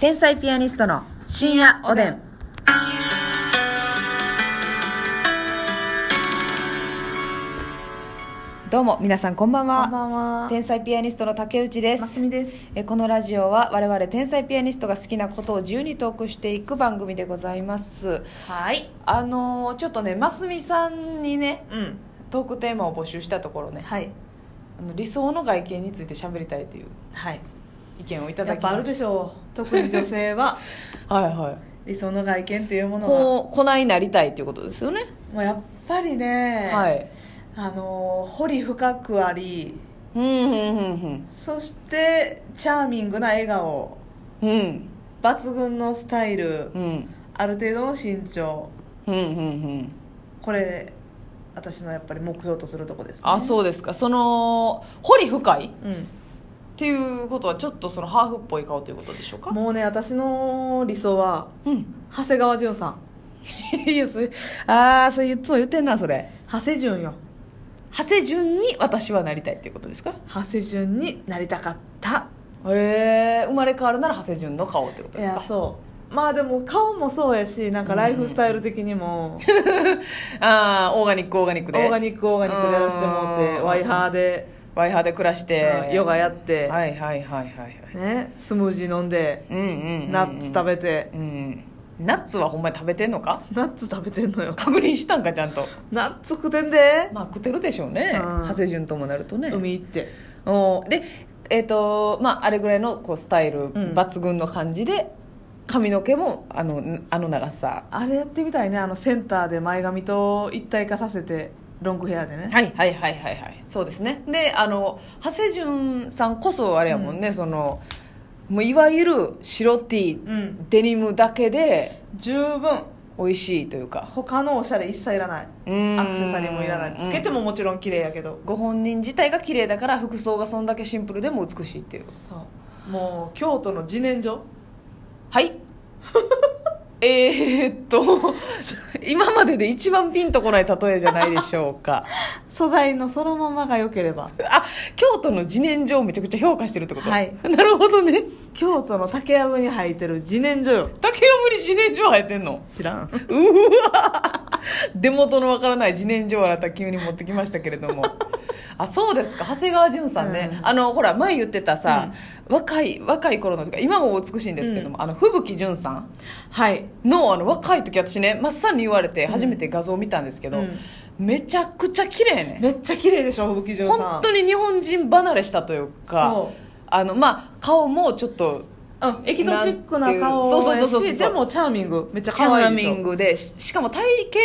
天才ピアニストの深夜おでん。どうも皆さんこんばんは。こんばんは天才ピアニストの竹内でますす。みです。えこのラジオは我々天才ピアニストが好きなことを自由にトークしていく番組でございます。はい。あのーちょっとねますみさんにねうん。トークテーマを募集したところね、はい。あの理想の外見について喋りたいというはい。意見をいたやだっきまぱしたあるでしょう。特に女性 ははいはい理想の外見というものが、こうこないなりたいっていうことですよね、もうやっぱりね、はいあのー彫り深くあり、うんうんうんそしてチャーミングな笑顔、うんうん抜群のスタイル、うんある程度の身長、うんうんうんこれ私のやっぱり目標とするとこです、ね。あそうですかその彫り深いっう。うん。ていうことはちょっとそのハーフっぽい顔ということでしょうかもうね私の理想はうん 長谷川潤さん、いやそれああそれいつも言ってんなそれ長谷潤よ。長谷順に私はなりたいっていうことですか長谷潤になりたかった。へえ生まれ変わるなら長谷順の顔ってこといですやかそうまあでも顔もそうやしなんかライフスタイル的 にも、ああオーガニックオーガニックでオーガニックオーガニックでやらせてもらっうてんワイハーで、ワイハーで暮らして、うんヨガやって、はいはいはいはいはいね、スムージー飲んでうんうんうんうんナッツ食べて、うんナッツはほんまに食べてんのかナッツ食べてん のよ確認したんかちゃんとナッツ食ってんで、まあ食ってるでしょうねうん長谷順ともなるとね海行っておーでえっ、とまああれぐらいのこうスタイルん抜群の感じで、髪の毛もあのんあの長さあれやってみたいねあのセンターで前髪と一体化させてロングヘアでねはいはいはいはいはいそうですねであの長谷順さんこそあれやもんね、そのもういわゆる白 T、うんデニムだけで十分美味しいというか他のおしゃれ一切いらないうんアクセサリーもいらないつけてももちろん綺麗やけど、ご本人自体が綺麗だから服装がそんだけシンプルでも美しいっていうそうもう京都の自然薯はい えーっと今までで一番ピンとこない例えじゃないでしょうか素材のそのままが良ければあ京都の自然薯をめちゃくちゃ評価してるってこと、はいなるほどね京都の竹やぶに生えてる自然薯よ竹やぶに自然薯生えてんの知らんうわ出元のわからない自然薯をあなた急に持ってきましたけれどもあそうですか長谷川潤さんね、うあのほら前言ってたさ、若い若い頃のとか今もお美しいんですけども、あの吹雪潤さんはいのあの若い時私ねまっさんに言われて初めて画像を見たんですけど、うんめちゃくちゃ綺麗ねめっちゃ綺麗でしょ吹雪嬢さん本当に日本人離れしたというかそうあのまあ顔もちょっとうんエキゾチックな顔なんていうそうそうやそうそうしでもチャーミングめっちゃチャ可愛ーいでミしンょグでししかも体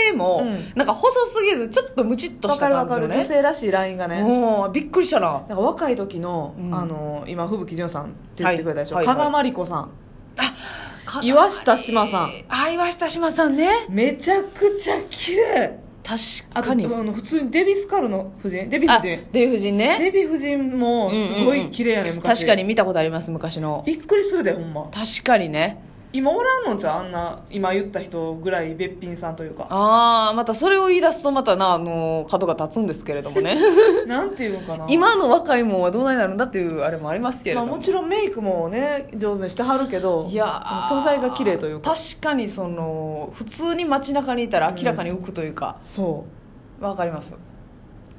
型もうんなんか細すぎずちょっとムチっとわしかたるわ感じかのるね女性らしいラインがねうんびっくりしたななんか若い時の、うんあの今吹雪嬢さんって言ってくれたでしょ、はいはい加賀まりこさんか岩下志麻さんあ岩下志麻さんねめちゃくちゃ綺麗あ確とかあにの普通にデヴィスカルの夫人デヴィあ夫人デヴィ夫人ねデヴィ夫人もすごい綺麗やね、昔確かに見たことあります昔のびっくりするでほんま確かにね今おらんのじゃうあんな今言った人ぐらいべっぴんさんというかああまたそれを言い出すとまたなあの角が立つんですけれどもね なんていうのかな今の若いもんはどうないなるんだっていうあれもありますけれまどあ、も、もちろんメイクもね上手にしてはるけどいやでも素材が綺麗というか確かにその普通に街中にいたら明らかに浮くというかそうわ、かります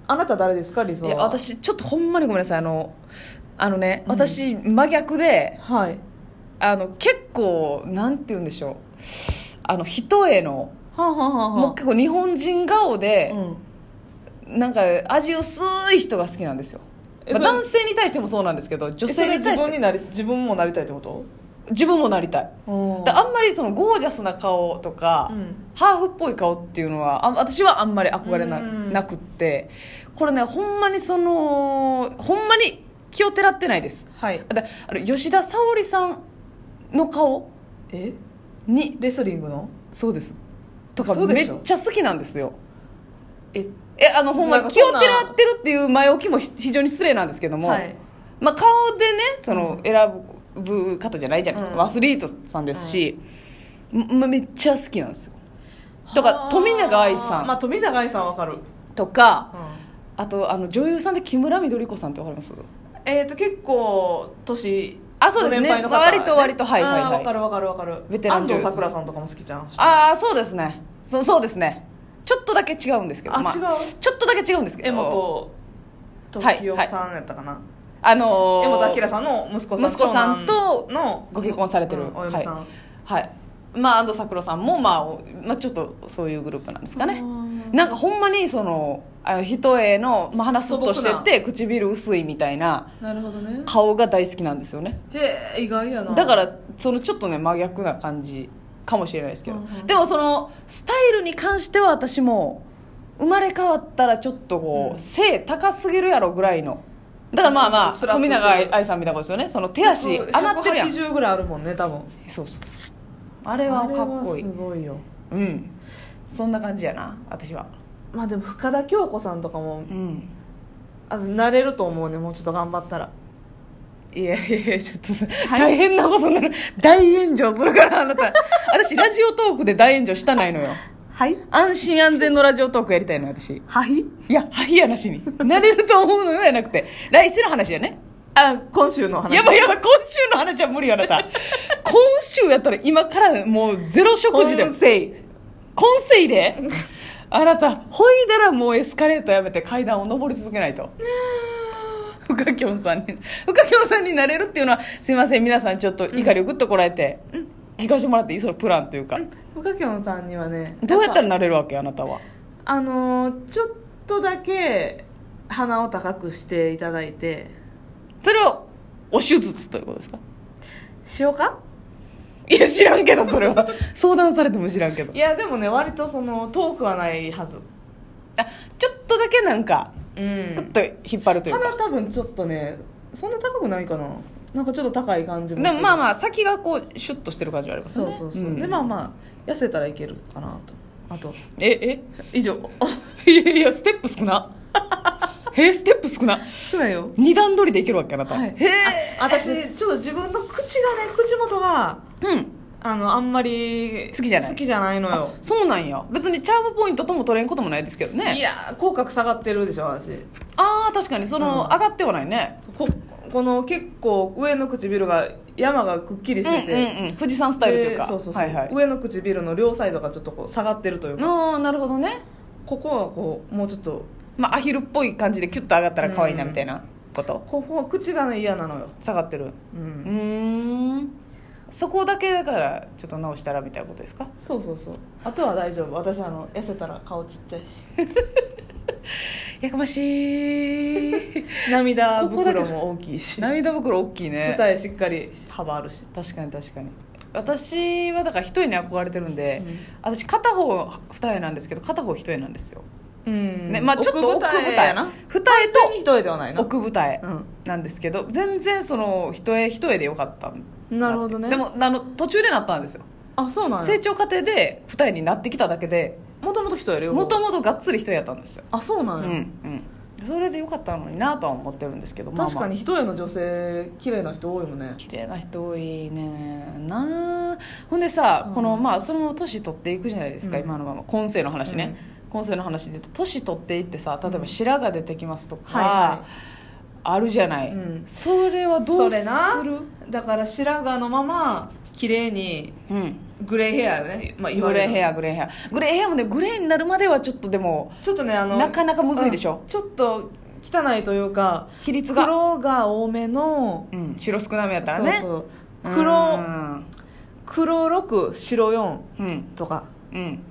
あなた誰ですか理想いはや私ちょっとほんまにごめんなさいあのあのね、うん私真逆ではいあの結構なんて言うんでしょうあの一重のはあ、はあはあはあもう結構日本人顔で、うんなんか味薄い人が好きなんですよ、えまあそれ男性に対してもそうなんですけど女えそ性れに自対して分になり自分もなりたいってこと自分もなりたいうんであんまりそのゴージャスな顔とか、うんハーフっぽい顔っていうのはあ私はあんまり憧れなうんなくってこれねほんまにそのほんまに気をてらってないですはいだあの吉田沙保里さんの顔えにレスリングのそうですとかそうでめしょっちゃ好きなんですよええあのほんまなんか気そをんなてらってるっていう前置きもひ非常に失礼なんですけども、はいまあ、顔でねその選ぶ方じゃないじゃないですか、うんアスリートさんですし、まめっちゃ好きなんですよとかはあ富永愛さんまあ富永愛さんわかる、とかうんあとあの女優さんで木村緑子さんってわかりますえー、と結構年あそうですねご年配の方割と割とはいはいはいあーわかるわかるわかるベテラン安女優藤さんサクラさんとかも好きじゃんああそうですねそそうですねちょっとだけ違うんですけどあま違うちょっとだけ違うんですけど江本時代さんやったかな、あのー江本明さんの息子さん息子さんと長男のご結婚されてるうんお嫁さん、はいまあ安藤サクラさんも、まあお、まあちょっとそういうグループなんですかねうんなんかほんまにそのあ人への、まあ、話すっとして素朴て唇薄いみたいななるほどね顔が大好きなんですよねへえ意外やなだからそのちょっとね真逆な感じかもしれないですけど、うんうんでもそのスタイルに関しては私も生まれ変わったらちょっとこう、うん背高すぎるやろぐらいのだからまあまあスラッと富してる永愛さんみたいなことですよねその手足上100がってるやんそう180ぐらいあるもんね多分そうそうああれはかっこいれいはすごいようんそんな感じやな私はまあでも深田恭子さんとかもうんあ慣れると思うねもうちょっと頑張ったらいやいやいやちょっとさ、大変なことになる大炎上するからあなた私ラジオトークで大炎上したないのよはい安心安全のラジオトークやりたいの私はいいやはいやなしになれると思うのよやなくて来世の話やねあ今週の話やばいやばい今週の話は無理よあなた今週やったら今からもうゼロ食事で今世今世であなたほいだらもうエスカレーターやめて階段を上り続け ないとふかきょんさんにふかきょんさんになれるっていうのはすいません皆さんちょっと怒りをぐっとこらえて、聞かせてもらっていいそのプランというか、深きょんさんにはねどうやったらぱなれるわけあなたはあのーちょっとだけ鼻を高くしていただいてそれをお手術ということですかしようかいや知らんけどそれ は相談されても知らんけどいやでもね割とその遠くはないはずあちょっとだけなんかうグッんと引っ張るというか、鼻多分ちょっとねそんな高くないかななんかちょっと高い感じもですもるまあまあ先がこうシュッとしてる感じはありますそようねそうそう、んでまあまあ痩せたらいけるかなとあとええ以上いやいや、ステップ少な。へえ、ステップ少な。 少ないよ二段取りでいけるわけ、あなた。はいへえ。あ私ちょっと自分の口がね口元がうん。あのあんまり好きじゃない好きじゃないのよそうなんや。別にチャームポイントとも取れんこともないですけどいね。やー口角下がってるでしょ私ああ、確かに、その、うん上がってはないね。ここの結構上の唇が山がくっきりうんしてて、うんうん。富士山スタイルというでか。そうそうそう、はいはい。上の唇の両サイドがちょっとこう下がってるというか、ああ、なるほどね。ここはこうもうちょっとまあ、アヒルっぽい感じでキュッと上がったら可愛いな、うんみたいなこと。ここは口がね嫌なのよ、下がってる。ううんーん。そこだけだから、ちょっと直したらみたいなことですかそうそうそうあとは大丈夫私あの痩せたら顔ちっちゃいしやかましい。涙ここだけ袋も大きいし涙袋大きい ね。舞台しっかり幅あるし、確かに確かに私はだから一重に憧れてるんで、私片方二重なんですけど片方一重なんですよ、うんねまあ、ちょっと奥奥二舞重台やな二重全に一重ではないとな奥二重うんなんですけど全然その一重一重でよかったなるほどねでもあの途中でなったんですよあそうなん成や長過程で二重になってきただけでもともと人やるよもともとがっつり一重やったんですよあそうなうんんや、うんそれでよかったのになとは思ってるんですけどまあまあ確かに一重の女性綺麗な人多いもんね綺麗な人多いねなあほんでさ、うんこのまあそのまま年取っていくじゃないですか、うん今のまま今世の話ね、今世の話で年取っていってさ例えば白が出てきますとか、はあるじゃない、うんそれはどうそすれなるだから白髪のまま綺麗にうんグレーヘアよね、まあ、言わグレれーるヘアグレーヘアグレーヘアもねグレーになるまではちょっとでもちょっとねあのなかなかむずいでしょうんちょっと汚いというか比率が、黒が多めのうん、白少なめやったらねそうそううん黒黒6白4うんとかうん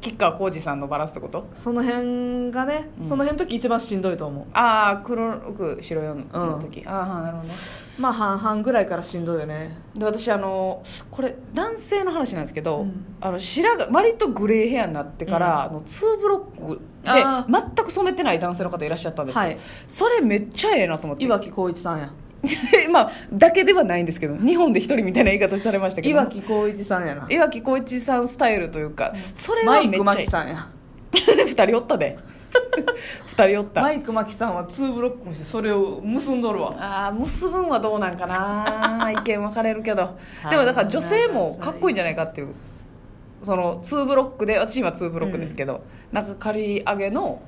吉川晃司さんのバランスってことその辺がね、うんその辺の時一番しんどいと思ああ黒く白4の時、ああなるほどねうまあ半々ぐらいからしんどいよねで私あのこれ男性の話なんですけど、うんあの白が割とグレーヘアになってから、あの2ブロックあで全く染めてない男性の方いらっしゃったんですよ、はいそれめっちゃええなと思って岩城浩一さんや まあだけではないんですけど日本で一人みたいな言い方されましたけど岩城浩一さんやな岩城浩一さんスタイルというかそれマはイめっちゃク・マええ キさんや2人おった で2人おったマイク・マキさんは2ブロックもしてそれを結んどるわああ結ぶんはどうなんか な意見分かれるけどはいでもだから女性もかっこいいんじゃないかっていうその2ブロックで私今2ブロックですけど、なんか刈り上げの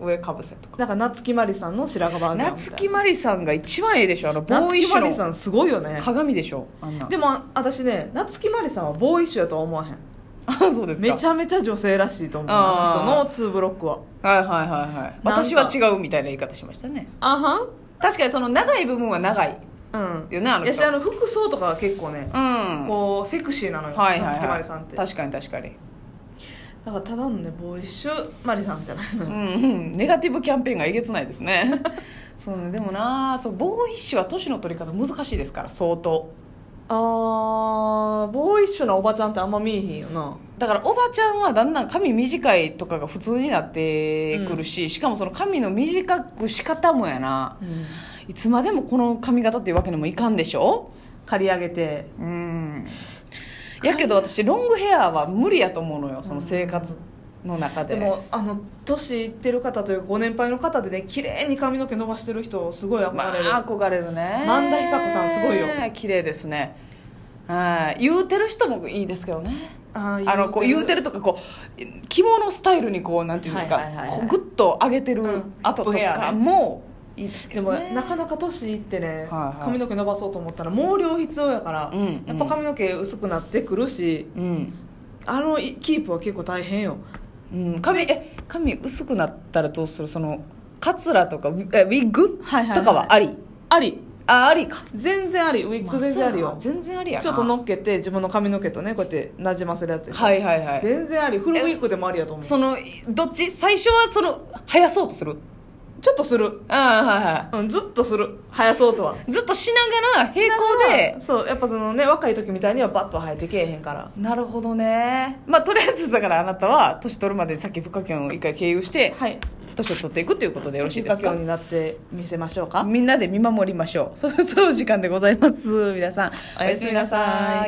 上かぶせとかだから夏木マリさんの白髪バージョンみたいな夏木マリさんが一番ええでしょあのボ夏ーイッ木シマリさュのんすごいよね鏡でしょあんなでもあ私ね夏木マリさんはボーイッシュやとは思わへんあ そうですかめちゃめちゃ女性らしいと思うあーあの人の2ブロックははいはいはいはいなんか私は違うみたいな言い方しましたねあはん確かにその長い部分は長いうんよねあのいやし人あの服装とかは結構ね、うんこうセクシーなのよ、はいはい夏木マはリさんっていだか確かに確かにらただのねボーイッシュマリさんじゃないのうよ、んうんネガティブキャンペーンがえげつないですねそうねでもなそうボーイッシュは年の取り方難しいですから相当あーボーイッシュなおばちゃんってあんま見えへんよなだからおばちゃんはだんだん髪短いとかが普通になってくるし、しかもその髪の短く仕方もやなないつまでもこの髪型っていうわけにもいかんでしょ刈り上げてうんやけど私ロングヘアは無理やと思うのよその生活の中で、でもあの年いってる方というかご年配の方でね綺麗に髪の毛伸ばしてる人すごいま憧れる、あ憧れるね萬田久子さんすごいよ綺麗ですねはい言うてる人もいいですけどねあーあのこう言うてるとかこう着物スタイルにこうなんていうんですか、はいはいはいはいこうグッと上げてるうん後とヒップヘアかねもいいですけでどもねなかなか年いってね、はいはい髪の毛伸ばそうと思ったら毛量必要やから、うんうんやっぱ髪の毛薄くなってくるしうん、あのいキープは結構大変ようん、髪え髪薄くなったらどうするそのカツラとかウィえウィッグ、はいはいはいとかはありありあありか全然ありウィッグ全然ありまよそうやな全然ありやなちょっと乗っけて自分の髪の毛とねこうやってなじませるやつやしょはいはいはい全然ありフルウィッグでもありやと思うそのどっち最初はその生やそうとするちょっとするああはいはうんずっとする生やそうとはいずっとしながら平行だかでらそうやっぱそのね若い時みたいにはバッと生えてけえへんからなるほどねまあとりあえずだからあなたは年取るまでにさっき深きを一回経由してはい年を取っていくということでよろしいですきっかかけになって見せましょうかみんなで見守りましょうそろそろ時間でございます皆さんおやすみなさい